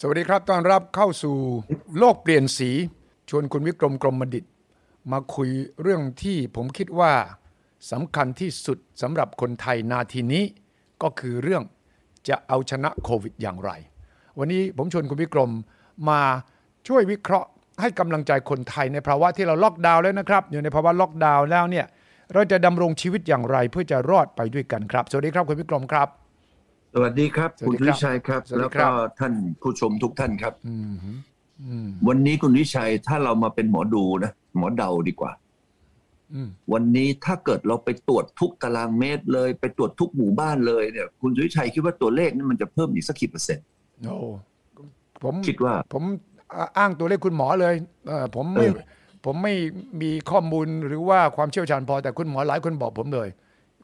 สวัสดีครับต้อนรับเข้าสู่โลกเปลี่ยนสี ชวนคุณวิกรมกรมดิต มาคุยเรื่องที่ผมคิดว่าสำคัญที่สุดสำหรับคนไทยนาทีนี้ ก็คือเรื่องจะเอาชนะโควิดอย่างไร วันนี้ผมชวนคุณวิกรมมาช่วยวิเคราะห์ให้กำลังใจคนไทยในภาวะที่เราล็อกดาวน์แล้วนะครับ อยู่ในภาวะล็อกดาวน์แล้วเนี่ยเราจะดำรงชีวิตอย่างไรเพื่อจะรอดไปด้วยกันครับ สวัสดีครับคุณวิกรมครับ สวัสดีครับ สวั คุ ส ณ ดีครับ วิชัยครับ สวัสดี แล้ว ครั ก็ บ ท่านผู้ชมทุกท่านครับวันนี้คุณวิชัยถ้าเรามาเป็นหมอดูนะหมอเดาดีกว่าวันนี้ถ้าเกิดเราไปตรวจทุกตารางเมตรเลย ไปตรวจทุกหมู่บ้านเลยเนี่ย คุณวิชัยคิดว่าตัวเลขนี่มันจะเพิ่มอีกสักกี่เปอร์เซ็นต์ โอ้ผม คิดว่า ผมอ่าอ้างตัวเลขคุณหมอเลยเอ่อผม เอ ไม่ อ ผมไม่มีข้อมูลหรือว่าความเชี่ยวชาญพอแต่คุณหมอหลายคนบอกผมเลย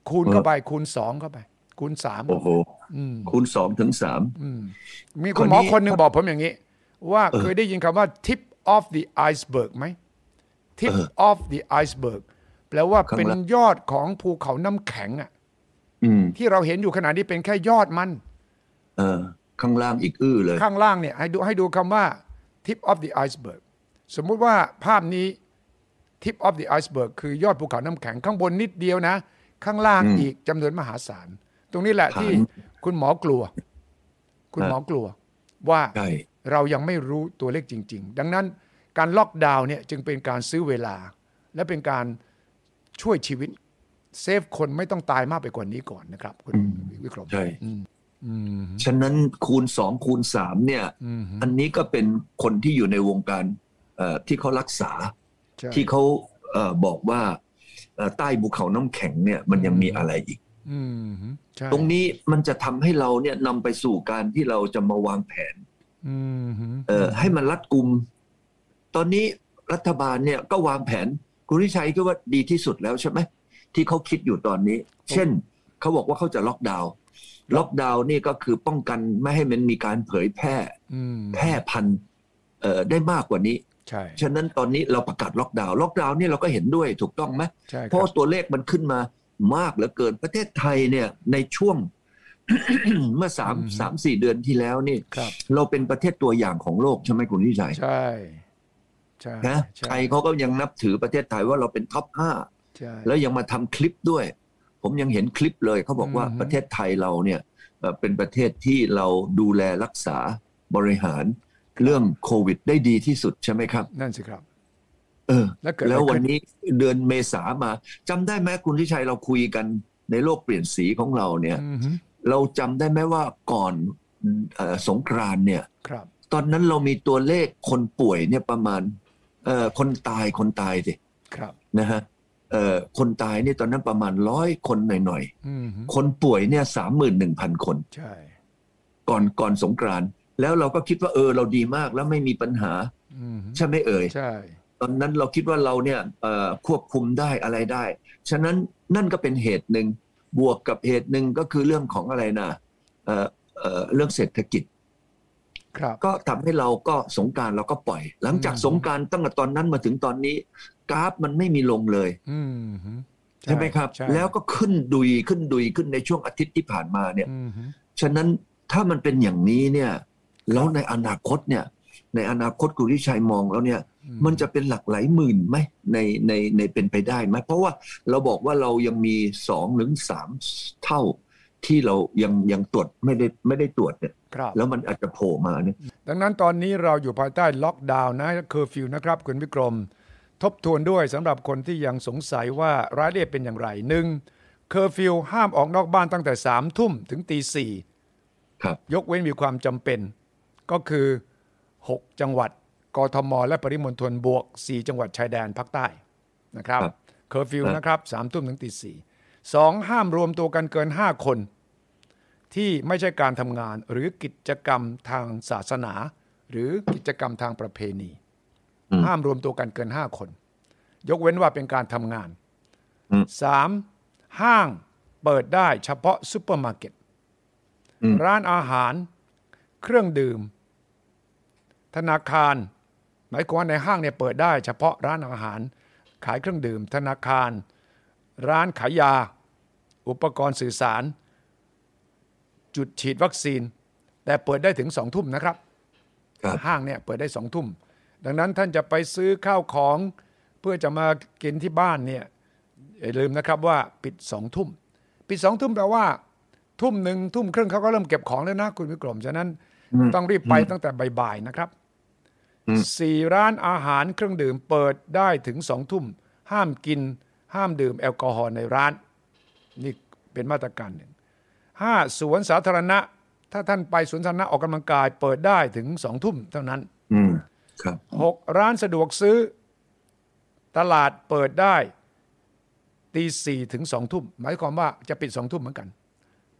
คูณเข้าไปคูณสองเข้าไป คูณสาม โอ้โห อืม คูณสองถึงสาม มีคุณหมอ คนนี้ คนหนึ่ง ครับ บอกผมอย่างนี้ ว่า เออ เคยได้ยินคำว่า tip of the iceberg ไหม tip เออ of the iceberg แปลว่าเป็นยอดของภูเขาน้ำแข็งอะ อืม ที่เราเห็นอยู่ขณะนี้เป็นแค่ยอดมัน เออ ข้างล่างอีกอื้อเลย ข้างล่างเนี่ยให้ดูให้ดูคำว่า tip of the iceberg สมมุติว่าภาพนี้ tip of the iceberg คือยอดภูเขาน้ำแข็งข้างบนนิดเดียวนะ ข้างล่างอีกจำนวนมหาศาล ตรงนี้แหละ ครับ ที่คุณหมอกลัว คุณหมอกลัวว่า ใช่ เรายังไม่รู้ตัวเลขจริง ๆ ดังนั้นการล็อกดาวน์เนี่ยจึงเป็นการซื้อเวลา และเป็นการช่วยชีวิต เซฟคนไม่ต้องตายมากไปกว่านี้ก่อนนะครับคุณวิกรม ใช่ฉะนั้นคูณสองคูณสามเนี่ย อันนี้ก็เป็นคนที่อยู่ในวงการเอ่อที่เขารักษา ใช่ ที่เขาเอ่อบอกว่าเอ่อใต้ภูเขาน้ำแข็งเนี่ยมันยังมีอะไรอีก อืมใช่ ตรงนี้มันจะทำให้เราเนี่ยนำไปสู่การที่เราจะมาวางแผน อืม เอ่อให้มันรัดกุม ตอนนี้รัฐบาลเนี่ยก็วางแผนคุณวิชัยก็ว่าดีที่สุดแล้วใช่ไหมที่เขาคิดอยู่ตอนนี้ เช่นเขาบอกว่าเขาจะล็อกดาวน์ล็อกดาวน์นี่ก็คือป้องกันไม่ให้มันมีการเผยแพร่ อืม แพร่พันธุ์เอ่อได้มากกว่านี้ ใช่ ฉะนั้นตอนนี้เราประกาศล็อกดาวน์ล็อกดาวน์เนี่ยเราก็เห็นด้วยถูกต้องไหม ใช่ เพ ครั ราะ บ ตัวเลขมันขึ้นมามากเหลือเกินประเทศไทยเนี่ยในช่วง เมื่อสามสามสี่เดือนที่แล้วนี่ ครับ เราเป็นประเทศตัวอย่างของโลกใช่ไหมคุณวิชัย ใช่ใช่ นะ ใช่ ไทยเขาก็ยังนับถือประเทศไทยว่าเราเป็นท็อปห้า ใช่ แล้วยังมาทำคลิปด้วย ผมยังเห็นคลิปเลยเขาบอกว่า อือฮึ ประเทศไทยเราเนี่ยเอ่อเป็นประเทศที่เราดูแลรักษาบริหารเรื่องโควิด ได้ดีที่สุดใช่ไหมครับ นั่นสิครับ เออ แล้วเกิดอะไร แล้ววัน ขึ้น นี้เดือนเมษามาจำได้ไหมคุณทิชัยเราคุยกันในโลกเปลี่ยนสีของเราเนี่ย อือฮึ เราจำได้ไหมว่าก่อนเออสงกรานต์เนี่ย ครับ ตอนนั้นเรามีตัวเลขคนป่วยเนี่ยประมาณเอ่อคนตายคนตายสิ ครับ นะฮะเอ่อคนตายเนี่ยตอนนั้นประมาณร้อยคนหน่อย อือฮึ ๆ คนป่วยเนี่ยสามหมื่นหนึ่งพันคน ใช่ ก่อนก่อนสงกรานต์แล้วเราก็คิดว่าเออเราดีมากแล้วไม่มีปัญหา อือฮึ ใช่ไหมเอ่ย ใช่ ตอนนั้นเราคิดว่าเราเนี่ยเอ่อควบคุมได้อะไรได้ ฉะนั้นนั่นก็เป็นเหตุหนึ่งบวกกับเหตุหนึ่งก็คือเรื่องของอะไรนะเอ่อเอ่อเรื่องเศรษฐกิจ ครับ ก็ทำให้เราก็สงกรารเราก็ปล่อย หลังจากสงกรารตั้งแต่ตอนนั้นมาถึงตอนนี้ กราฟมันไม่มีลงเลย อือฮึ ใช่ไหมครับ ใช่ แล้วก็ขึ้นดุยขึ้นดุยขึ้นในช่วงอาทิตย์ที่ผ่านมาเนี่ย อือฮึ ฉะนั้นถ้ามันเป็นอย่างนี้เนี่ยแล้วในอนาคตเนี่ย ในอนาคตคุณวิชัยมองแล้วเนี่ย อื มันจะเป็นหลักหลายหมื่นไหมในในในเป็นไปได้ไหมเพราะว่าเราบอกว่าเรายังมีสองถึงสามเท่า ที่เรายังยังตรวจไม่ได้ไม่ได้ตรวจเนี่ย ครับ แล้วมันอาจจะโผล่มาเนี่ย ดังนั้นตอนนี้เราอยู่ภายใต้ล็อกดาวน์นะเคอร์ฟิวนะครับ คุณวิกรม ทบทวนด้วยสำหรับคนที่ยังสงสัยว่ารายละเอียดเป็นอย่างไรหนึ่งเคอร์ฟิวห้ามออกนอกบ้านตั้งแต่สามทุ่มถึงตีสี่ ครับ ยกเว้นมีความจำเป็น ก็คือ 6 จังหวัดกทม และปริมณฑลบวก 4 จังหวัดชายแดนภาคใต้นะครับ ครับ เคอร์ฟิว ครับ นะครับสามทุ่มถึงตีสี่สองห้ามรวมตัวกันเกิน 5 คน ที่ไม่ใช่การทำงานหรือกิจกรรมทางศาสนา หรือกิจกรรมทางประเพณี ห้ามรวมตัวกันเกิน 5 คน ยกเว้นว่าเป็นการทำงาน อืม สามห้างเปิดได้เฉพาะซูเปอร์มาร์เก็ต ร้านอาหาร เครื่องดื่ม ธนาคาร หมายความว่าในห้างเนี่ยเปิดได้ เฉพาะร้านอาหาร ขายเครื่องดื่ม ธนาคาร ร้านขายยา อุปกรณ์สื่อสาร จุดฉีดวัคซีน แต่เปิดได้ถึงสองทุ่มนะครับ ครับ ห้างเนี่ยเปิดได้สองทุ่ม ดังนั้นท่านจะไปซื้อข้าวของเพื่อจะมากินที่บ้านเนี่ยอย่าลืมนะครับว่าปิดสองทุ่ม ปิดสองทุ่มแปลว่า ทุ่มหนึ่งทุ่มครึ่งเขาก็เริ่มเก็บของแล้วนะคุณวิกรม ฉะนั้นต้องรีบไปตั้งแต่บ่ายๆนะครับสี่ร้านอาหารเครื่องดื่มเปิดได้ถึงสองทุ่ม ห้ามกิน ห้ามดื่มแอลกอฮอล์ในร้าน นี่เป็นมาตรการหนึ่งห้าสวนสาธารณะ ถ้าท่านไปสวนสาธารณะออกกำลังกาย เปิดได้ถึงสองทุ่มเท่านั้น อืมครับ หกร้านสะดวกซื้อ ตลาดเปิดได้ตีสี่ถึงสองทุ่มหมายความว่าจะปิดสองทุ่มเหมือนกัน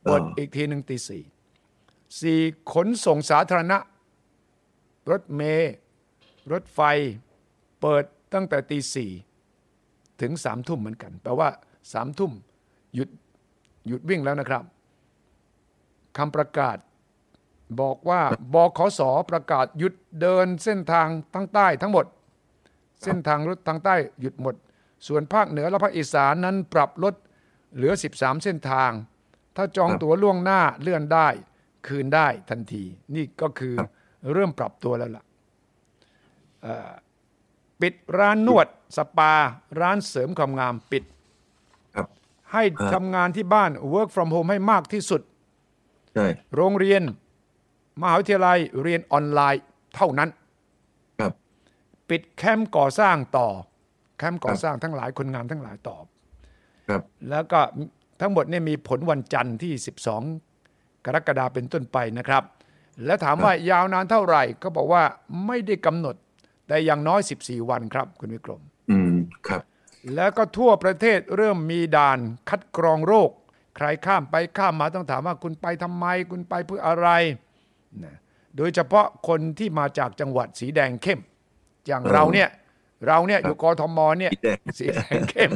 เปิด อ่า อีกทีหนึ่งตีสี่สี่ขนส่งสาธารณะ รถเมล์รถไฟ เปิดตั้งแต่ตีสี่ถึงสามทุ่มเหมือนกัน แปลว่าสามทุ่มหยุดหยุดวิ่งแล้วนะครับคำประกาศ บอกว่าบขสประกาศหยุดเดินเส้นทางทั้งใต้ทั้งหมด เส้นทางรถทางใต้หยุดหมด ส่วนภาคเหนือและภาคอีสานนั้นปรับลดเหลือ 13 เส้นทาง ถ้าจอง ครับ ตั๋วล่วงหน้าเลื่อนได้ คืนได้ทันที นี่ก็คือเริ่มปรับตัวแล้วล่ะเอ่อปิดร้านนวดสปา ร้านเสริมความงามปิด ครับ ให้ ครับ ทำงานที่บ้าน work from home ให้มากที่สุด ใช่ โรงเรียน มหาวิทยาลัยเรียนออนไลน์เท่านั้น ครับ ปิดแคมป์ก่อสร้างต่อ แคมป์ก่อสร้างทั้งหลายคนงานทั้งหลายต่อ ครับ แล้วก็ทั้งหมดเนี่ยมีผลวันจันทร์ที่ 12 กรกฎาเป็นต้นไปนะครับ และถามว่ายาวนานเท่าไหร่ก็บอกว่าไม่ได้กำหนด แต่อย่างน้อย 14 วันครับ คุณวิกรม อืมครับ แล้วก็ทั่วประเทศเริ่มมีด่านคัดกรองโรค ใครข้ามไปข้ามมาต้องถามว่าคุณไปทำไม คุณไปเพื่ออะไรนะโดยเฉพาะคนที่มาจากจังหวัดสีแดงเข้ม อย่าง เออ เราเนี่ย เราเนี่ยอยู่กทมเนี่ย สีแดง สีแดงเข้ม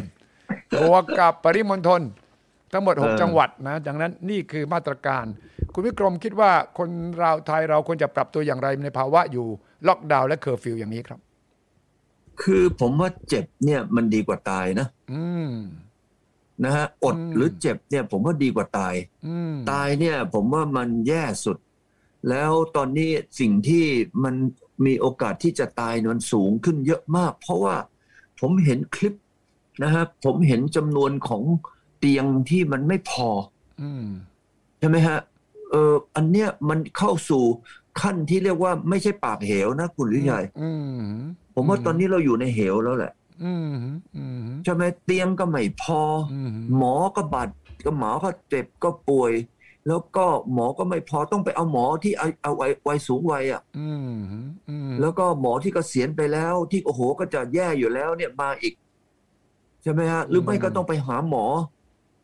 บวกกับปริมณฑลทั้งหมด 6 จังหวัดนะดังนั้นนี่คือมาตรการ คุณวิกรมคิดว่าคนเราไทยเราควรจะปรับตัวอย่างไรในภาวะอยู่ล็อกดาวน์และเคอร์ฟิวอย่างนี้ครับ คือผมว่าเจ็บเนี่ยมันดีกว่าตายนะ อืม นะฮะอด อืม หรือเจ็บเนี่ยผมว่าดีกว่าตาย อืม ตายเนี่ยผมว่ามันแย่สุด แล้วตอนนี้สิ่งที่มันมีโอกาสที่จะตายเนี่ยมันสูงขึ้นเยอะมาก เพราะว่าผมเห็นคลิปนะครับผมเห็นจำนวนของเตียงที่มันไม่พอ อืม ใช่ไหมฮะเอออันเนี้ยมันเข้าสู่ขั้นที่เรียกว่าไม่ใช่ปากเหวนะคุณลิชัย อืม ผมว่าตอนนี้เราอยู่ในเหวแล้วแหละ อืมอืม ใช่ไหมเตียงก็ไม่พอ อืม หมอก็บาดก็หมอก็เจ็บก็ป่วย แล้วก็หมอก็ไม่พอต้องไปเอาหมอที่เอาเอาวัยวัยสูงวัยอ่ะ อืมอืม แล้วก็หมอที่เกษียณไปแล้ว ที่โอ้โหก็จะแย่อยู่แล้วเนี่ยมาอีก ใช่ไหมฮะหรือไม่ก็ต้องไปหาหมอ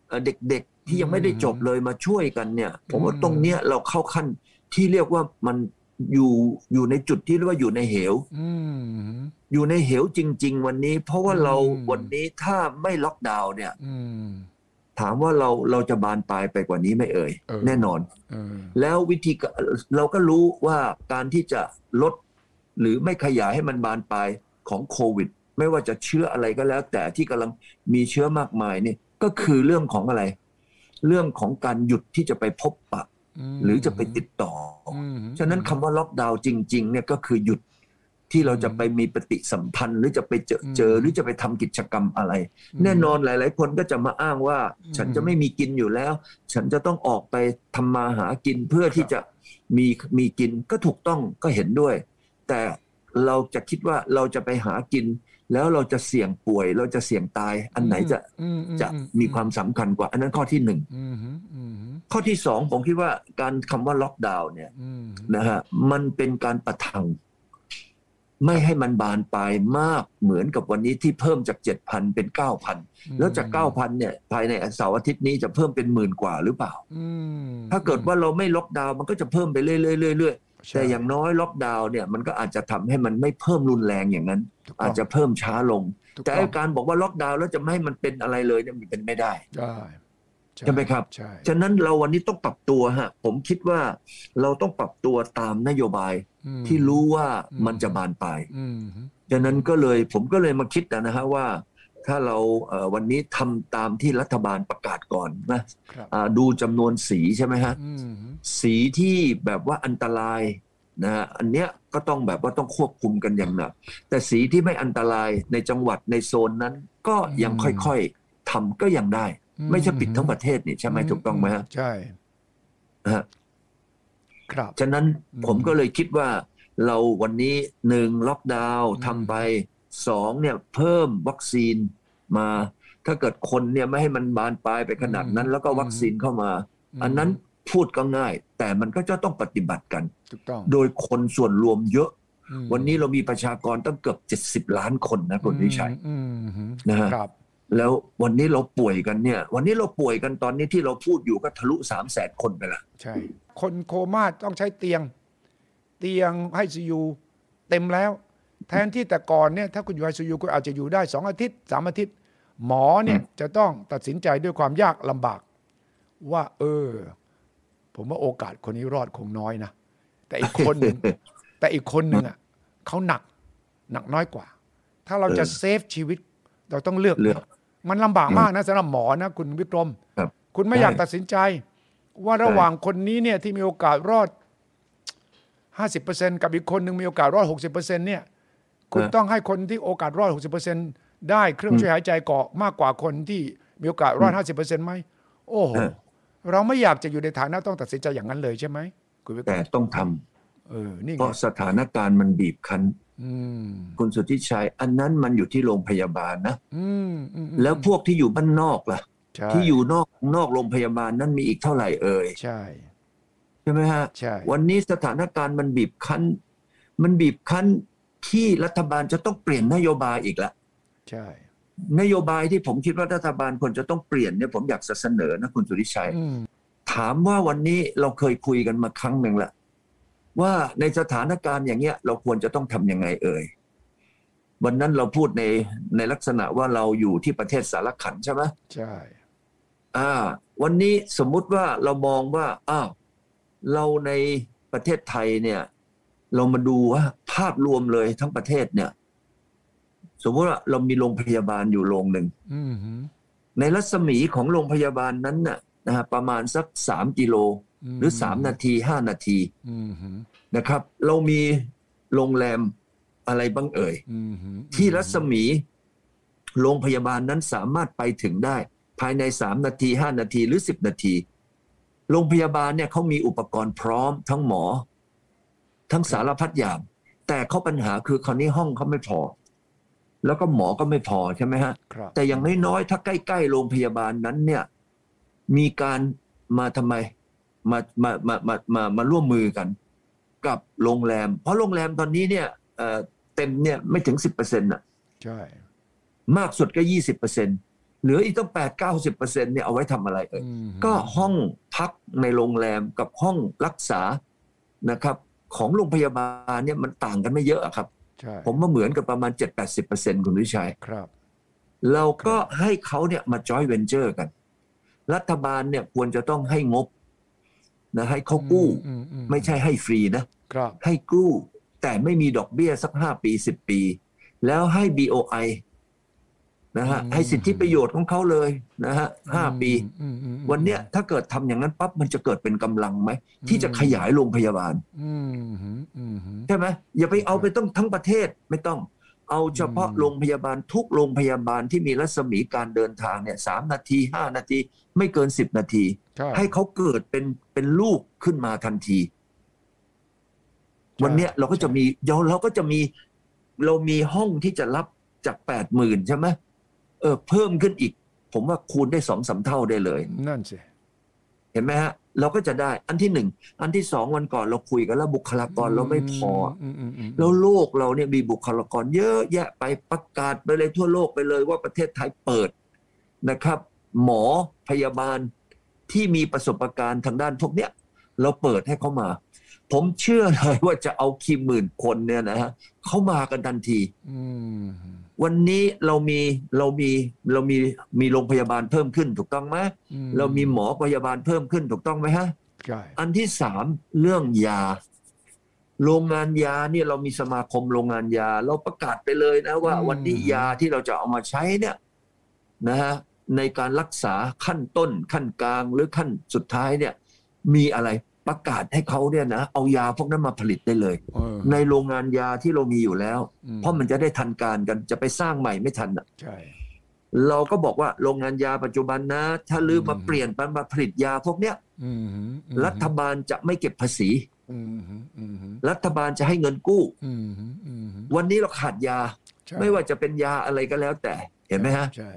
เอ่อเด็กๆที่ยังไม่ได้จบเลยมาช่วยกันเนี่ย ผมว่าตรงเนี้ยเราเข้าขั้นที่เรียกว่ามันอยู่อยู่ในจุดที่เรียกว่าอยู่ในเหว อืม อยู่ในเหวจริง ๆ วันนี้ เพราะว่าเรา อืม วันนี้ถ้าไม่ล็อกดาวน์เนี่ย อืม ถามว่าเราเราจะบานปลายไปกว่านี้ไหม่เอ่ย เออ แน่นอน เออ แล้ววิธีกะเราก็รู้ว่าการที่จะลด หรือไม่ขยายให้มันบานปลายของโควิด ไม่ว่าจะเชื้ออะไรก็แล้ว แต่ที่กำลังมีเชื้อมากมายเนี่ยก็คือเรื่องของอะไร เรื่องของการหยุดที่จะไปพบปะ หรือจะไปติดต่ออฉะนั้นคำว่าล็อกดาวน์จริง ๆ เนี่ยก็คือหยุดที่เราจะไปมีปฏิสัมพันธ์ หรือจะไปเจอเจอหรือจะไปทำกิจกรรมอะไร แน่นอนหลาย ๆ คนก็จะมาอ้างว่า ฉันจะไม่มีกินอยู่แล้ว ฉันจะต้องออกไปทำมาหากินเพื่อที่จะมีมีกินก็ถูกต้องก็เห็นด้วย แต่เราจะคิดว่าเราจะไปหากิน แล้วเราจะเสี่ยงป่วย เราจะเสี่ยงตายอันไหนจะจะมีความสำคัญกว่า อันนั้นข้อที่หนึ่ง อืมอืม ข้อที่สองผมคิดว่าการคำว่าล็อกดาวน์เนี่ย อืม นะฮะมันเป็นการประทัง ไม่ให้มันบานปลายมากเหมือนกับวันนี้ที่เพิ่มจากเจ็ดพันเป็นเก้าพัน แล้วจาก 9,000 เนี่ย ภายในเสาร์อาทิตย์นี้จะเพิ่มเป็นหมื่นกว่าหรือเปล่า อืม ถ้าเกิดว่าเราไม่ล็อกดาวน์มันก็จะเพิ่มไปเรื่อยๆเรื่อยๆแต่อย่างน้อยล็อกดาวน์เนี่ยมันก็อาจจะทำให้มันไม่เพิ่มรุนแรงอย่างนั้น อาจจะเพิ่มช้าลง แต่ไอ้การบอกว่าล็อกดาวน์แล้วจะไม่ให้มันเป็นอะไรเลยเนี่ยมันเป็นไม่ได้ ได้ ใช่ไหมครับ ใช่ ฉะนั้นเราวันนี้ต้องปรับตัวฮะ ผมคิดว่าเราต้องปรับตัวตามนโยบายที่รู้ว่ามันจะบานปลาย อืม ดังนั้นก็เลยผมก็เลยมาคิดนะฮะว่า ถ้าเราเอ่อวันนี้ทำตามที่รัฐบาลประกาศก่อนนะครับ อ่าดูจำนวนสีใช่ไหมฮะ อืม สีที่แบบว่าอันตราย นะฮะอันเนี้ยก็ต้องแบบว่าต้องควบคุมกันอย่างหนักแต่สีที่ไม่อันตรายในจังหวัดในโซนนั้น ก็ยัง อืม ค่อยๆทำก็ยังได้ ไม่ใช่ปิดทั้งประเทศนี่ใช่ไหมถูกต้องไหมฮะ ใช่ นะฮะ ครับ ฉะนั้น อืม ผมก็เลยคิดว่า เราวันนี้หนึ่งล็อกดาวน์ อืม ทำไปสองเนี่ยเพิ่มวัคซีนมา ถ้าเกิดคนเนี่ยไม่ให้มันบานปลายไปขนาดนั้น แล้วก็วัคซีนเข้ามา อันนั้นพูดก็ง่าย แต่มันก็จะต้องปฏิบัติกัน ถูกต้อง โดยคนส่วนรวมเยอะ อืม วันนี้เรามีประชากรตั้งเกือบ 70 ล้านคนนะคุณวิชัย อืมอืม นะฮะ ครับ แล้ววันนี้เราป่วยกันเนี่ย วันนี้เราป่วยกันตอนนี้ที่เราพูดอยู่ก็ทะลุ3 0 0 0 0 0คนไปละ ใช่ คนโคม่าต้องใช้เตียง เตียงไอซียูเต็มแล้ว แทนที่แต่ก่อนเนี่ยถ้าคุณอยู่ไอซียูคุณอาจจะอยู่ได้สองอาทิตย์สามอาทิตย์ หมอเนี่ยจะต้องตัดสินใจด้วยความยากลำบาก ว่า เออ ผมว่าโอกาสคนนี้รอดคงน้อยนะ แต่อีกคน หนึ่ง แต่อีกคนหนึ่งอ่ะเขาหนักหนักน้อยกว่า ถ้าเราจะ เออ เซฟชีวิต เราต้องเลือก เลือก มันลำบากมากนะสำหรับหมอนะคุณวิกรม ครับ คุณไม่อยาก ใช่ ตัดสินใจ ว่าระหว่างคนนี้เนี่ยที่มีโอกาสรอด 50%กับอีกคนหนึ่งมีโอกาสรอด 60%เนี่ย คุณ ฮะ ต้องให้คนที่โอกาสรอด 60%ได้เครื่องช่วยหายใจเกาะมากกว่าคนที่มีโอกาสรอด 50%ไหม โอ้โห ฮะ เราไม่อยากจะอยู่ในฐานะต้องตัดสินใจอย่างนั้นเลยใช่ไหมคุณวิกร แต่ ม ต้องทำ เออ นี่ เพ ไง ราะสถานการณ์มันบีบคั้น อืม คุณสุทธิชัย อันนั้นมันอยู่ที่โรงพยาบาลนะ อืมอืมอืม แล้วพวกที่อยู่บ้านนอกล่ะ ใช่ ที่อยู่นอกนอกโรงพยาบาลนั้นมีอีกเท่าไหร่เอ่ย ใช่ ใช่ไหมฮะ ใช่ วันนี้สถานการณ์มันบีบคั้น มันบีบคั้นที่รัฐบาลจะต้องเปลี่ยนนโยบายอีกละ ใช่ นโยบายที่ผมคิดว่ารัฐบาลควรจะต้องเปลี่ยนเนี่ยผมอยากจะเสนอนะคุณสุทธิชัย อืม ถามว่าวันนี้เราเคยคุยกันมาครั้งหนึ่งละว่าในสถานการณ์อย่างเงี้ย เราควรจะต้องทำยังไงเอ่ยวันนั้นเราพูดในในลักษณะว่าเราอยู่ที่ประเทศสารขันใช่ไหม ใช่ อ่า วันนี้สมมุติว่าเรามองว่าอ้าวเราในประเทศไทยเนี่ย เรามาดูว่าภาพรวมเลยทั้งประเทศเนี่ย สมมติว่าเรามีโรงพยาบาลอยู่โรงหนึ่ง อืมหืม ในรัศมีของโรงพยาบาลนั้นน่ะนะฮะประมาณสักสามกิโล หรือ 3 นาที 5 นาที อืมหืม นะครับ เรามีโรงแรมอะไรบ้างเอ่ย อืมหืม ที่รัศมีโรงพยาบาลนั้นสามารถไปถึงได้ ภายใน 3 นาที 5 นาทีหรือ 10 นาที โรงพยาบาลเนี่ยเขามีอุปกรณ์พร้อมทั้งหมอ ทั้งสารพัดอย่าง แต่เขาปัญหาคือคราวนี้ห้องเขาไม่พอ แล้วก็หมอก็ไม่พอใช่ไหมฮะ ครับ แต่อย่างน้อยๆ ถ้าใกล้ ๆ โรงพยาบาลนั้นเนี่ย มีการมาทำไม มา มา มา มา มา มาร่วมมือกัน กับโรงแรม เพราะโรงแรมตอนนี้เนี่ยเอ่อเต็มเนี่ยไม่ถึง 10%น่ะ ใช่ มากสุดก็ 20%เหลืออีกต้อง 8 90%เนี่ยเอาไว้ทำอะไรเอ่ย อืมหืม ก็ห้องพักในโรงแรมกับห้องรักษานะครับ ของโรงพยาบาลเนี่ยมันต่างกันไม่เยอะอะครับ ใช่ ผมว่าเหมือนกับประมาณ 7-80%คุณวิชัย ครับ เราก็ให้เขาเนี่ยมาจอยเวนเจอร์กัน รัฐบาลเนี่ยควรจะต้องให้งบนะให้เขากู้ อือือื ไม่ใช่ให้ฟรีนะ ครับ ให้กู้ แต่ไม่มีดอกเบี้ยสักห้าปีสิบปี แล้วให้ BOI นะฮะ อืม ให้สิทธิประโยชน์ของเขาเลยนะฮะห้าปี อืมอืมอืม วันเนี้ยถ้าเกิดทำอย่างนั้นปั๊บมันจะเกิดเป็นกำลังไหม ที่จะขยายโรงพยาบาล อืมหืมอืมหืม ใช่ไหมอย่าไปเอาไปต้องทั้งประเทศไม่ต้อง เอาเฉพาะ อืม โรงพยาบาลทุกโรงพยาบาลที่มีรัศมีการเดินทางเนี่ยสามนาทีห้านาที ไม่เกินสิบนาที ใช่ ให้เขาเกิดเป็นเป็นลูกขึ้นมาทันที วันเนี้ยเราก็จะมีเดี๋ยวเราก็จะมีเรามีห้องที่จะรับจากแปดหมื่นใช่ไหมเออเพิ่มขึ้นอีก ผมว่าคูณได้สองสามเท่าได้เลย นั่นสิ เห็นไหมฮะ เราก็จะได้อันที่หนึ่งอันที่สองวันก่อนเราคุยกันแล้วบุคลากรเราไม่พอ มอืมอืม แล้วโลกเราเนี่ยมีบุคลากรเยอะแยะไปประกาศไปเลยทั่วโลกไปเลยว่าประเทศไทยเปิดนะครับ หมอพยาบาลที่มีประสบการณ์ทางด้านพวกเนี้ยเราเปิดให้เขามา ผมเชื่อเลยว่าจะเอาคีหมื่นคนเนี่ยนะฮะเขามากันทันที อืม วันนี้เรามีเรามีเรามีมีโรงพยาบาลเพิ่มขึ้นถูกต้องไหม อื เรามีหมอพยาบาลเพิ่มขึ้นถูกต้องไหมฮะ ใช่ อันที่สามเรื่องยา โรงงานยาเนี่ยเรามีสมาคมโรงงานยา เราประกาศไปเลยนะว่าวันนี้ยาที่เราจะเอามาใช้เนี่ยนะฮะในการรักษาขั้นต้นขั้นกลางหรือขั้นสุดท้ายเนี่ย มีอะไร ประกาศให้เขาเนี่ยนะเอายาพวกนั้นมาผลิตได้เลย เออ ในโรงงานยาที่เรามีอยู่แล้ว อืม เพราะมันจะได้ทันการกันจะไปสร้างใหม่ไม่ทันอะ ใช่ เราก็บอกว่าโรงงานยาปัจจุบันนะ ถ้าลืมมาเปลี่ยนมันมาผลิตยาพวกเนี้ย อืมหืมอืม รัฐบาลจะไม่เก็บภาษี อืมหืมอืมหืม รัฐบาลจะให้เงินกู้ อืมหืมอืมหืม วันนี้เราขาดยา ใช่ ไม่ว่าจะเป็นยาอะไรก็แล้วแต่เห็นไหมฮะ ใช่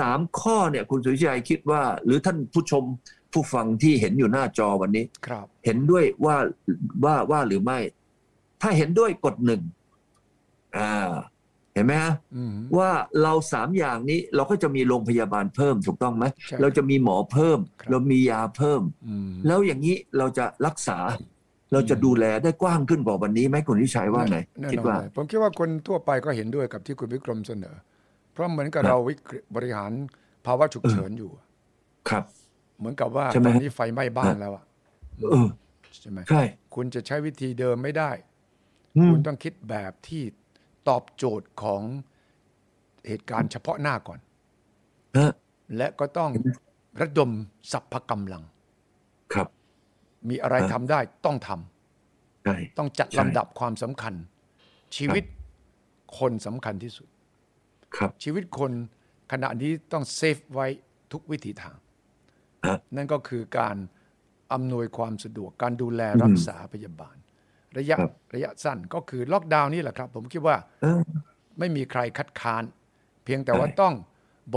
สามข้อเนี่ยคุณสุวิชัยคิดว่า หรือท่านผู้ชมผู้ฟังที่เห็นอยู่หน้าจอวันนี้ ครับ เห็นด้วยว่าว่าว่าหรือไม่ ถ้าเห็นด้วยกดหนึ่งอ่าเห็นไหมฮะ อืมหืม ว่าเราสามอย่างนี้เราก็จะมีโรงพยาบาลเพิ่มถูกต้องไหม ใช่ เราจะมีหมอเพิ่ม ครับ เรามียาเพิ่ม อืม แล้วอย่างนี้เราจะรักษา เราจะดูแลได้กว้างขึ้นกว่าวันนี้ไหมคุณวิชัยว่าไง แน่ คิด นอน ว่า เลยผมคิดว่าคนทั่วไปก็เห็นด้วยกับที่คุณวิกรมเสนอ เพราะเหมือนกับ ครับ เราวิกฤตบริหารภาวะฉุกเฉินอยู่ ครับ เหมือนกับว่า ใช่ไหม ตอนนี้ไฟไหม้บ้านแล้วอะ เออ ใช่ไหม ใช่ คุณจะใช้วิธีเดิมไม่ได้ อืม คุณต้องคิดแบบที่ตอบโจทย์ของเหตุการณ์เฉพาะหน้าก่อน ฮะ และก็ต้องระดมสรรพกำลัง ครับ มีอะไร ครับ ทำได้ต้องทำ ใช่ ต้องจัด ใช่ ลำดับความสำคัญ ชีวิตคนสำคัญที่สุด ครับ ชีวิตคนขณะนี้ต้องเซฟไว้ทุกวิถี ทาง ฮะ นั่นก็คือการอำนวยความสะดวก การดูแลรักษาพยาบาล ระยะ ครับ ระยะสั้นก็คือล็อกดาวน์นี่แหละครับ ผมคิดว่า เออ ไม่มีใครคัดค้าน เพียงแต่ว่า ใช่ ต้อง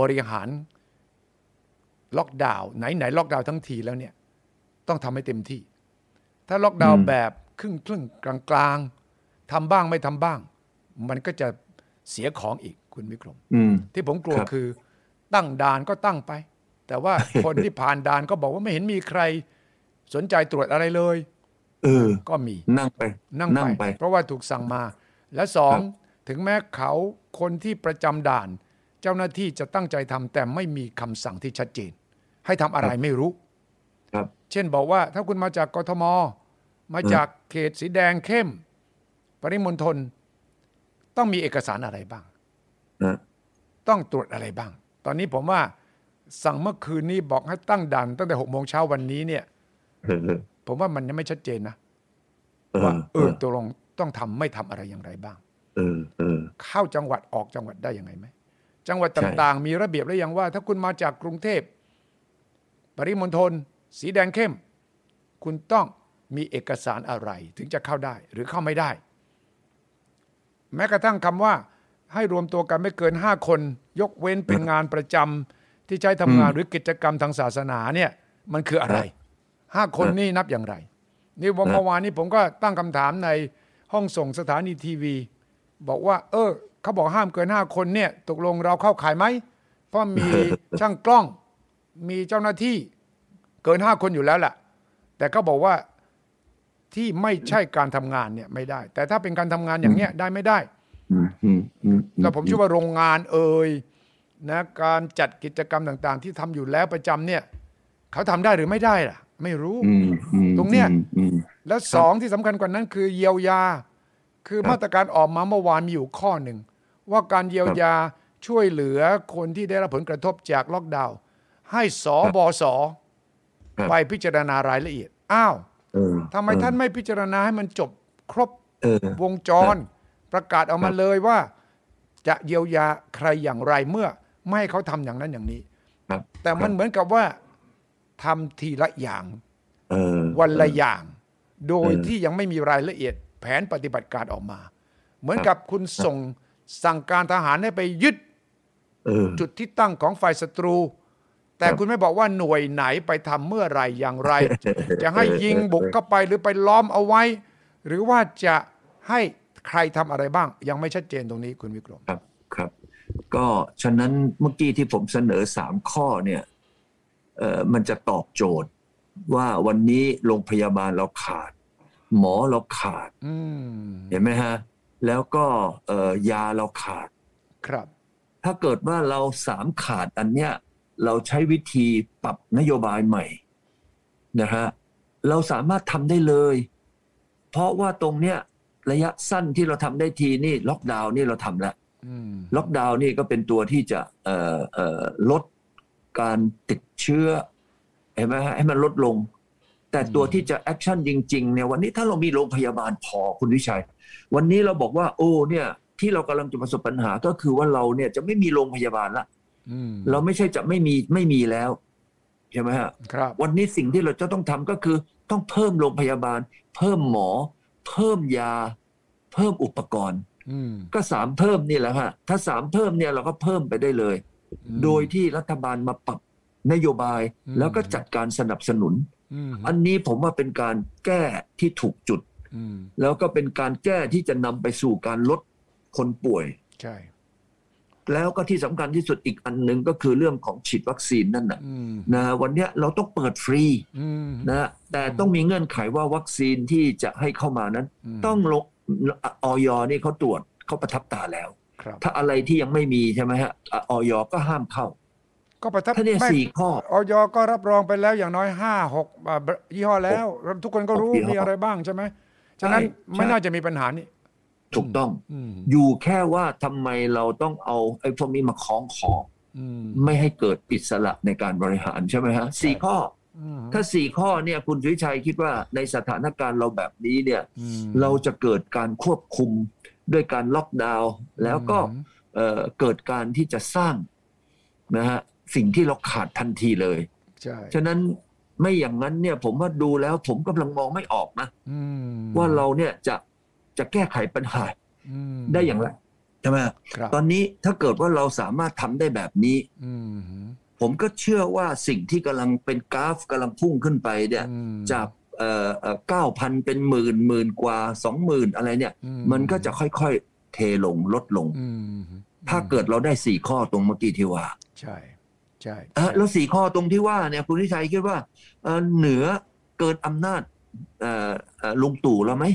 บริหารล็อกดาวน์ไหนไหนล็อกดาวน์ทั้งทีแล้วเนี่ยต้องทำให้เต็มที่ ถ้าล็อกดาวน์แบบครึ่งครึ่งกลางกลางๆทำบ้างไม่ทำบ้าง มันก็จะเสียของอีกคุณวิกรม อืม ที่ผมกลัว ครับ คือตั้งด่านก็ตั้งไป แต่ ว่า คนที่ผ่านด่านก็บอกว่าไม่เห็นมีใคร สนใจตรวจอะไรเลย เออ ก็มี นั่งไป นั่ง นั่ง ไป ไป เพราะว่าถูกสั่งมา และสองถึงแม้เขาคนที่ประจำด่าน เจ้าหน้าที่จะตั้งใจทำแต่ไม่มีคำสั่งที่ชัดเจน ให้ทำอะไรไม่รู้ ครับ เช่นบอกว่าถ้าคุณมาจากกทม มาจากเขตสีแดงเข้ม ปริมณฑลต้องมีเอกสารอะไรบ้าง นะ ต้องตรวจอะไรบ้าง ตอนนี้ผมว่าสั่งเมื่อคืนนี้บอกให้ตั้งด่านตั้งแต่หกโมงเช้าวันนี้เนี่ย เออ ผมว่ามันยังไม่ชัดเจนนะ เออ ว่าเอ เอ อ อ ตกลงต้องทำไม่ทำอะไรอย่างไรบ้าง เออ เออ เข้าจังหวัดออกจังหวัดได้ยังไงไหมจังหวัด ใช่ ต่างๆ มีระเบียบหรือยังว่า ถ้าคุณมาจากกรุงเทพปริมณฑลสีแดงเข้ม คุณต้องมีเอกสารอะไร ถึงจะเข้าได้หรือเข้าไม่ได้ แม้กระทั่งคำว่า ให้รวมตัวกันไม่เกิน 5 คน ยกเว้นเป็นงานประจำที่ใช้ทำงานหรือกิจกรรมทางศาสนาเนี่ยมันคืออะไร ห้าคนนี่นับอย่างไร นี่วัน นะ เมื่อวานนี้ผมก็ตั้งคำถามในห้องส่งสถานีทีวี บอกว่า เออ เขาบอกห้ามเกินห้าคนเนี่ย ตกลงเราเข้าขายไหม เพราะมี ช่างกล้องมีเจ้าหน้าที่เกินห้าคนอยู่แล้วแหละแต่เขาบอกว่าที่ไม่ใช่การทำงานเนี่ยไม่ได้ แต่ถ้าเป็นการทำงานอย่างเนี้ยได้ไม่ได้ อืมอืมอืม แล้วผมเชื่อว่าโรงงานเอ่ยนะการจัดกิจกรรมต่าง ๆ ที่ทำอยู่แล้วประจำเนี่ย เขาทำได้หรือไม่ได้ล่ะ ไม่รู้ อืมอืม ตรงเนี้ย อืม และสองที่สำคัญกว่านั้นคือเยียวยา คือ ครับ มาตรการออกมาเมื่อวานมีอยู่ข้อหนึ่ง ว่าการเยียวยาช่วยเหลือคนที่ได้รับผลกระทบจากล็อกดาวน์ให้สบส ครับ ไปพิจารณารายละเอียด อ้าว เออ ทำไมท่านไม่พิจารณาให้มันจบครบ เออ วงจร ประกาศออกมา ครับ เลยว่า จะเยียวยาใครอย่างไรเมื่อไม่ให้เขาทำอย่างนั้นอย่างนี้ ครับ แต่มันเหมือนกับว่าทำทีละอย่าง เออ วันละอย่าง โดย เออ ที่ยังไม่มีรายละเอียดแผนปฏิบัติการออกมา เหมือน คกัรับบ คุณส่งสั่งการทหารให้ไปยึด เออ จุดที่ตั้งของฝ่ายศัตรู แต่ ครับ คุณไม่บอกว่าหน่วยไหนไปทำเมื่อไหรอย่าง ไร จะให้ยิง เออ บุกเข้าไปหรือไปล้อมเอาไว้ หรือว่าจะให้ใครทำอะไรบ้าง ยังไม่ชัดเจนตรงนี้คุณวิกรม ครับครับ ก็ฉะนั้นเมื่อกี้ที่ผมเสนอสามข้อเนี่ยเออมันจะตอบโจทย์ ว่าวันนี้โรงพยาบาลเราขาด หมอเราขาด อืม เห็นไหมฮะ แล้วก็เออยาเราขาด ครับ ถ้าเกิดว่าเราสามขาดอันเนี้ยเราใช้วิธีปรับนโยบายใหม่นะฮะเราสามารถทำได้เลย เพราะว่าตรงเนี้ยระยะสั้นที่เราทำได้ทีนี่ล็อกดาวน์นี่เราทำแล้ว อืม ล็อกดาวน์นี่ก็เป็นตัวที่จะเอ่อเอ่อลดการติดเชื้อเห็นไหมฮะให้มันลดลง แต่ตัวที่จะแอคชั่นจริงๆเนี่ยวันนี้ถ้าเรามีโรงพยาบาลพอคุณวิชัย วันนี้เราบอกว่า โอ้เนี่ย ที่เรากำลังจะประสบปัญหาก็คือว่าเราเนี่ยจะไม่มีโรงพยาบาลละ อืม เราไม่ใช่จะไม่มีไม่มีแล้วใช่ไหมฮะ ครับ วันนี้สิ่งที่เราจะต้องทำก็คือต้องเพิ่มโรงพยาบาล เพิ่มหมอ เพิ่มยา เพิ่มอุปกรณ์ อืม ก็สามเพิ่มนี่แหละฮะถ้าสามเพิ่มเนี่ยเราก็เพิ่มไปได้เลย อืม โดยที่รัฐบาลมาปรับนโยบาย อืม แล้วก็จัดการสนับสนุน อืม อันนี้ผมว่าเป็นการแก้ที่ถูกจุด อืม แล้วก็เป็นการแก้ที่จะนำไปสู่การลดคนป่วย ใช่ แล้วก็ที่สำคัญที่สุดอีกอันหนึ่งก็คือเรื่องของฉีดวัคซีนนั่นนะ อืม นะวันเนี้ยเราต้องเปิดฟรี อืม นะแต่ต้องมีเงื่อนไขว่าวัคซีนที่จะให้เข้ามานั้น ม ต้องลงออยนี่เขาตรวจเขาประทับตาแล้ว ครับ ถ้าอะไรที่ยังไม่มีใช่ไหมฮะอ่ะออยก็ห้ามเข้า ก็ประทับ ถ้าเนี่ย ไม่ สี่ข้อ ออยก็รับรองไปแล้วอย่างน้อยห้าหกอ่ายี่ห้อแล้ว ทุกคนก็รู้ หกยี่ห้อ มีอะไรบ้างใช่ไหมฉะนั้น ใช่ ไม่น่าจะมีปัญหานี้ ถูกต้อง อืม อยู่แค่ว่าทำไมเราต้องเอาไอ้พวกนี้มาคล้องคอ อืม ไม่ให้เกิดอิสระในการบริหารใช่ไหมฮะสี่ข้อ อืม ถ้าสี่ข้อเนี่ยคุณสุวิชัยคิดว่าในสถานการณ์เราแบบนี้เนี่ย อืม เราจะเกิดการควบคุมด้วยการล็อกดาวน์แล้วก็เอ่อเกิดการที่จะสร้างนะฮะสิ่งที่เราขาดทันทีเลย ใช่ ฉะนั้นไม่อย่างนั้นเนี่ยผมว่าดูแล้วผมกำลังมองไม่ออกนะ อืม ว่าเราเนี่ยจะจะแก้ไขปัญหา อืม ได้อย่างไรใช่ไหมฮะ ครับ ตอนนี้ถ้าเกิดว่าเราสามารถทำได้แบบนี้ อืม ผมก็เชื่อว่าสิ่งที่กำลังเป็นกราฟกำลังพุ่งขึ้นไปเนี่ย อืม จากเอ่อเก้าพันเป็นหมื่นหมื่นกว่าสองหมื่นอะไรเนี่ย อื มันก็จะค่อยๆ เทลงลดลง อืม ถ้าเกิดเราได้สี่ข้อตรงเมื่อกี้ที่ว่า ใช่ใช่ เอ่อแล้วสี่ข้อตรงที่ว่าเนี่ยคุณทิชัยคิดว่าเอ่อเหนือเกินอำนาจเอ่อเอ่อลุงตู่แล้วไหม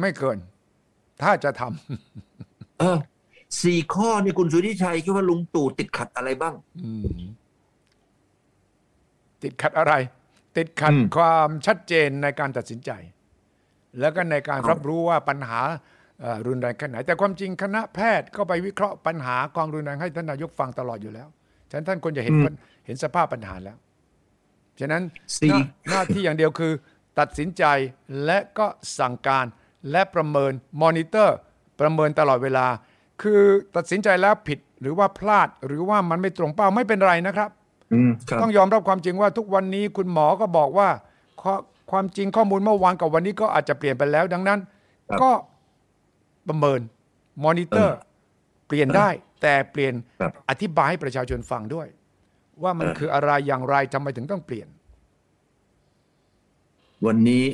ไม่เกิน ถ้าจะทำ เออสี่ข้อนี่คุณสุธิชัยคิดว่าลุงตู่ติดขัดอะไรบ้าง อืมติดขัดอะไร ติดขัด อืม ความชัดเจนในการตัดสินใจ แล้วก็ในการรับรู้ว่าปัญหาเอ่อรุนแรงแค่ไหน แต่ความจริงคณะแพทย์ก็ไปวิเคราะห์ปัญหาความรุนแรงให้ท่านนายกฟังตลอดอยู่แล้ว ฉะนั้นท่านควรจะเห็น อืม ปัญเห็นสภาพปัญหาแล้ว ฉะนั้น สี่ หน้าหน้าที่อย่างเดียวคือ ตัดสินใจและก็สั่งการและประเมินมอนิเตอร์ ประเมินตลอดเวลา คือตัดสินใจแล้วผิดหรือว่าพลาดหรือว่ามันไม่ตรงเป้าไม่เป็นไรนะครับ อืมครับ ต้องยอมรับความจริงว่าทุกวันนี้คุณหมอก็บอกว่าข้อความจริงข้อมูลเมื่อวานกับวันนี้ก็อาจจะเปลี่ยนไปแล้ว ดังนั้น ครับ ก็ประเมินมอนิเตอร์ เปลี่ยนได้ แต่เปลี่ยน ครับ อธิบายให้ประชาชนฟังด้วย ว่ามัน เออ คืออะไรอย่างไรทำไมถึงต้องเปลี่ยน วันนี้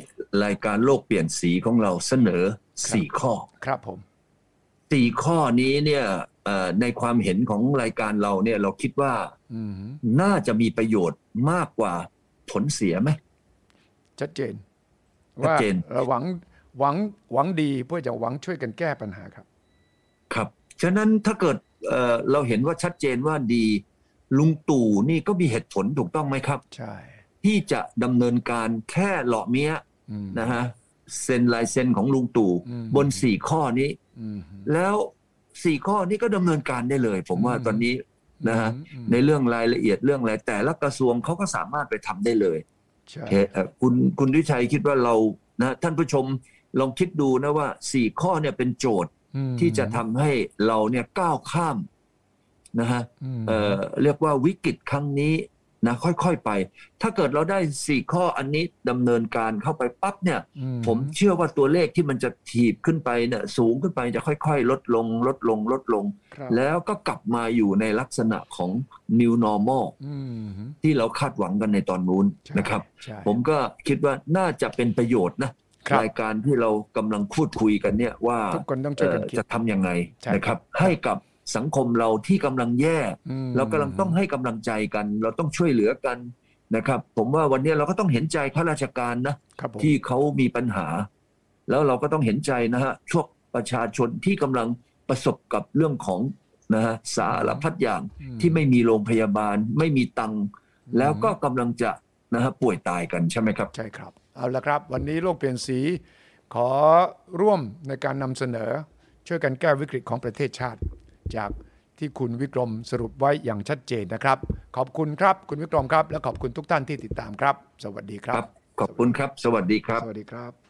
รายการโลกเปลี่ยนสีของเราเสนอสี่ข้อ ครับผม สี่ข้อนี้เนี่ยเอ่อในความเห็นของรายการเราเนี่ยเราคิดว่า อืม น่าจะมีประโยชน์มากกว่าผลเสียไหม ชัดเจน ชัด ว่า เจน เราหวังหวังหวังดีเพื่อจะหวังช่วยกันแก้ปัญหาครับ ครับ ฉะนั้นถ้าเกิดเอ่อเราเห็นว่าชัดเจนว่าดี ลุงตู่นี่ก็มีเหตุผลถูกต้องไหมครับ ใช่ ที่จะดำเนินการแค่เหล่าเมีย อืม นะฮะเซ็นลายเซ็นของลุงตู่ อืม บนสี่ข้อนี้ อืม แล้วสี่ข้อนี้ก็ดำเนินการได้เลย ผมว่า อืม ตอนนี้นะฮะ อืม ในเรื่องรายละเอียดเรื่องอะไรแต่ละกระทรวงเขาก็สามารถไปทำได้เลย ใช่ เอ่อเอ่อคุณคุณวิชัยคิดว่าเรานะท่านผู้ชมลองคิดดูนะว่าสี่ข้อเนี่ยเป็นโจทย์ อืม ที่จะทำให้เราเนี่ยก้าวข้ามนะฮะ อืม เอ่อเรียกว่าวิกฤตครั้งนี้นะค่อยๆไป ถ้าเกิดเราได้สี่ข้ออันนี้ดำเนินการเข้าไปปั๊บเนี่ย อื ผมเชื่อว่าตัวเลขที่มันจะถีบขึ้นไปเนี่ยสูงขึ้นไปจะค่อยๆ ลดลงลดลงลดลง ครับ แล้วก็กลับมาอยู่ในลักษณะของ new normal อืม ที่เราคาดหวังกันในตอนนู้น ใช่ นะครับ ใช่ ผมก็คิดว่าน่าจะเป็นประโยชน์นะครับ ยการที่เรากำลังพูดคุยกันเนี่ยว่า ทุกคนต้องช่วย เอ่ กัน อ คิด จะทำยังไง ใช่ นะครับ ให้กับสังคมเราที่กำลังแย่ อืม เรากำลังต้องให้กำลังใจกัน เราต้องช่วยเหลือกันนะครับ ผมว่าวันนี้เราก็ต้องเห็นใจข้าราชการนะครับ ผม ที่เขามีปัญหา แล้วเราก็ต้องเห็นใจนะฮะพวกประชาชนที่กำลังประสบกับเรื่องของนะฮะสารพัดอย่าง อื ที่ไม่มีโรงพยาบาล ไม่มีตังค์แล้วก็กำลังจะนะฮะป่วยตายกันใช่ไหมครับ ใช่ครับ เอาละครับ วันนี้โลกเปลี่ยนสี ขอร่วมในการนำเสนอ ช่วยกันแก้วิกฤตของประเทศชาติ จากที่คุณวิกรมสรุปไว้อย่างชัดเจนนะครับ ขอบคุณครับ คุณวิกรมครับ และขอบคุณทุกท่านที่ติดตามครับ สวัสดีครั ครับ บ ขอบคุณครับ สวัสดีครับ สวัสดีครับ